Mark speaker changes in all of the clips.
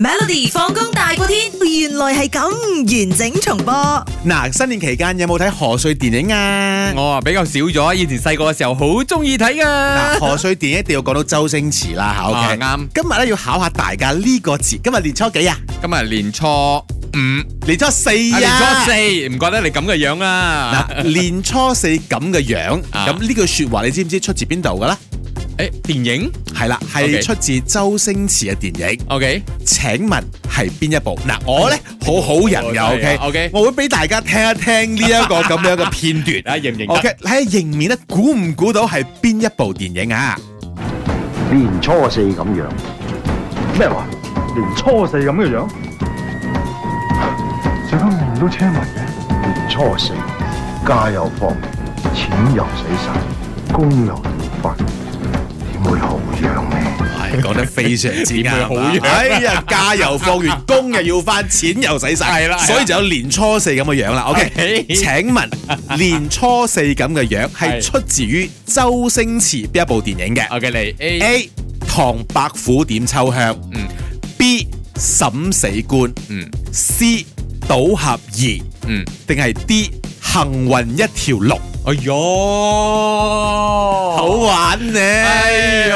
Speaker 1: Melody 放工大過天，原來係咁完整重播。
Speaker 2: 嗱，新年期間有冇睇賀歲電影啊？
Speaker 3: 我啊比較少咗，以前細個嘅時候好中意睇
Speaker 2: 嗱，
Speaker 3: 噶。
Speaker 2: 賀歲電影一定要講到周星馳啦 嚇，OK
Speaker 3: 啊啱
Speaker 2: 今日咧要考下大家呢個字，今日年初幾啊？
Speaker 3: 今日年初五，
Speaker 2: 年初四
Speaker 3: 啊年初
Speaker 2: 啊！
Speaker 3: 四，唔怪得你咁嘅樣啊啦。
Speaker 2: 嗱，年初四咁嘅樣，
Speaker 3: 啊
Speaker 2: 咁呢句説話你知唔知出自邊度嘅咧？
Speaker 3: 誒，電影
Speaker 2: 係啦，係
Speaker 3: OK
Speaker 2: 出自周星馳嘅電影。
Speaker 3: ，OK，
Speaker 2: 請問係邊一部？嗱，我咧
Speaker 3: 哎
Speaker 2: 好好人
Speaker 3: 真係啊
Speaker 2: 嘅，OK
Speaker 3: OK
Speaker 2: 我會俾大家聽一聽呢一個咁樣嘅片段。
Speaker 3: 啊認唔認得
Speaker 2: OK，睇下迎面咧，估唔估到係邊一部電影啊？
Speaker 4: 年初四咁樣，
Speaker 5: 咩話？年初四咁嘅樣，上今年都車埋嘅。
Speaker 4: 年初四家又放，錢又使晒，工又要發，點會好樣呢？
Speaker 2: 係講得非常之啱啊
Speaker 3: 點會好樣
Speaker 2: 哎呀，假又放完，工又要翻，錢又使晒，
Speaker 3: 係啦係啦
Speaker 2: 所以就有年初四咁嘅樣啦。OK，
Speaker 3: 係
Speaker 2: 請問年初四咁嘅樣係
Speaker 3: 係
Speaker 2: 出自於周星馳邊一部電影嘅
Speaker 3: ，OK 你 A，
Speaker 2: ？A. 唐伯虎點秋香，
Speaker 3: 嗯
Speaker 2: B. 審死官
Speaker 3: 嗯
Speaker 2: ，C. 賭俠二，
Speaker 3: 嗯，
Speaker 2: 定係 D. 行運一條龍？
Speaker 3: 哎喲，好啊
Speaker 2: 好啊玩呢！
Speaker 3: 哎呦，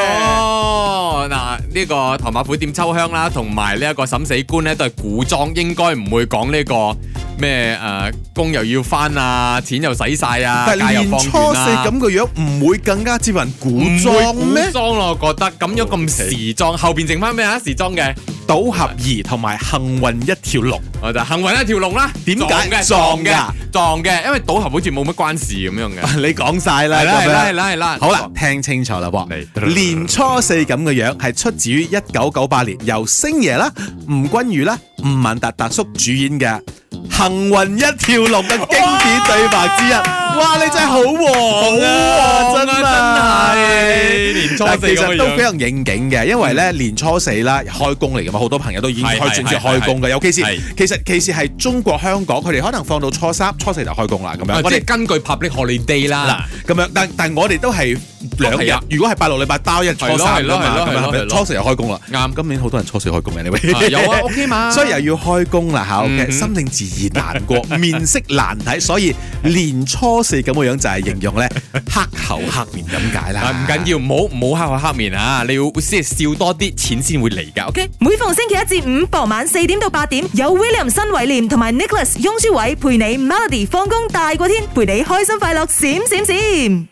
Speaker 3: 嗱呢個唐伯虎點秋香啦，同埋呢一個審死官咧都係古裝，應該唔會講呢個咩誒工又要翻啊，錢又使晒啊，
Speaker 2: 但
Speaker 3: 假又
Speaker 2: 年
Speaker 3: 放
Speaker 2: 初四
Speaker 3: 完啊。
Speaker 2: 咁嘅樣，唔會更加接近古
Speaker 3: 唔會
Speaker 2: 裝
Speaker 3: 古
Speaker 2: 咩？
Speaker 3: 裝咯，我覺得咁樣咁時裝，後邊剩翻咩啊？時裝嘅，
Speaker 2: 賭俠二同埋幸運一條龍，
Speaker 3: 我就幸運一條龍啦。
Speaker 2: 點解
Speaker 3: 撞嘅？
Speaker 2: 撞
Speaker 3: 撞
Speaker 2: 㗎
Speaker 3: 嘅？撞嘅，因為賭俠好似冇乜關事咁樣嘅。
Speaker 2: 你講晒啦，
Speaker 3: 係啦
Speaker 2: 咁
Speaker 3: 係
Speaker 2: 樣
Speaker 3: 啦係啦係啦。
Speaker 2: 好啦，，聽清楚啦噃，
Speaker 3: 嚟
Speaker 2: 年初四咁嘅樣係出自於一九九八年由星爺啦、吳君如啦、吳孟達達叔主演嘅《幸運一條龍》嘅經典對白之一。哇！你真係好旺啊，
Speaker 3: 好旺啊
Speaker 2: 真係
Speaker 3: 真係年初四
Speaker 2: 但其
Speaker 3: 咁
Speaker 2: 實
Speaker 3: 嘅
Speaker 2: 都
Speaker 3: 樣
Speaker 2: 非常應景嘅，因為咧年初四啦，開工嚟㗎嘛，好多朋友都已經
Speaker 3: 係
Speaker 2: 開
Speaker 3: 係
Speaker 2: 正式
Speaker 3: 係
Speaker 2: 開工嘅，
Speaker 3: 係
Speaker 2: 尤其是
Speaker 3: 係
Speaker 2: 其實其實係中國香港，佢哋可能放到初三、初四就開工啦咁樣。
Speaker 3: 我
Speaker 2: 我哋
Speaker 3: 哋啊根據 public holiday 啦。
Speaker 2: 嗱，咁樣，但但我哋都係兩
Speaker 3: 係啊
Speaker 2: 日，如果係八六禮拜包一初三
Speaker 3: 係
Speaker 2: 㗎
Speaker 3: 咯係
Speaker 2: 嘛，
Speaker 3: 咯
Speaker 2: 咁
Speaker 3: 係
Speaker 2: 樣
Speaker 3: 咯
Speaker 2: 係咪
Speaker 3: 係咯
Speaker 2: 初四就開工啦。
Speaker 3: 啱
Speaker 2: 今年好多人初四開工嘅，你會
Speaker 3: 啊 有啊，OK 嘛
Speaker 2: 所以又要開工啦嚇
Speaker 3: 嗯
Speaker 2: ，OK，
Speaker 3: 哼
Speaker 2: 心情自然難 過，面色難睇，所以年初四咁嘅樣就係形容咧黑口黑面咁解啦
Speaker 3: 啊，。唔緊要，唔好唔好黑口黑面啊！你要先笑多啲，錢先會嚟㗎。OK，
Speaker 1: 每逢星期一至五傍晚四點到八點，有 William 新偉廉同埋 Nicholas 雍舒偉陪你 Melody 放工大過天，陪你開心快樂閃閃閃。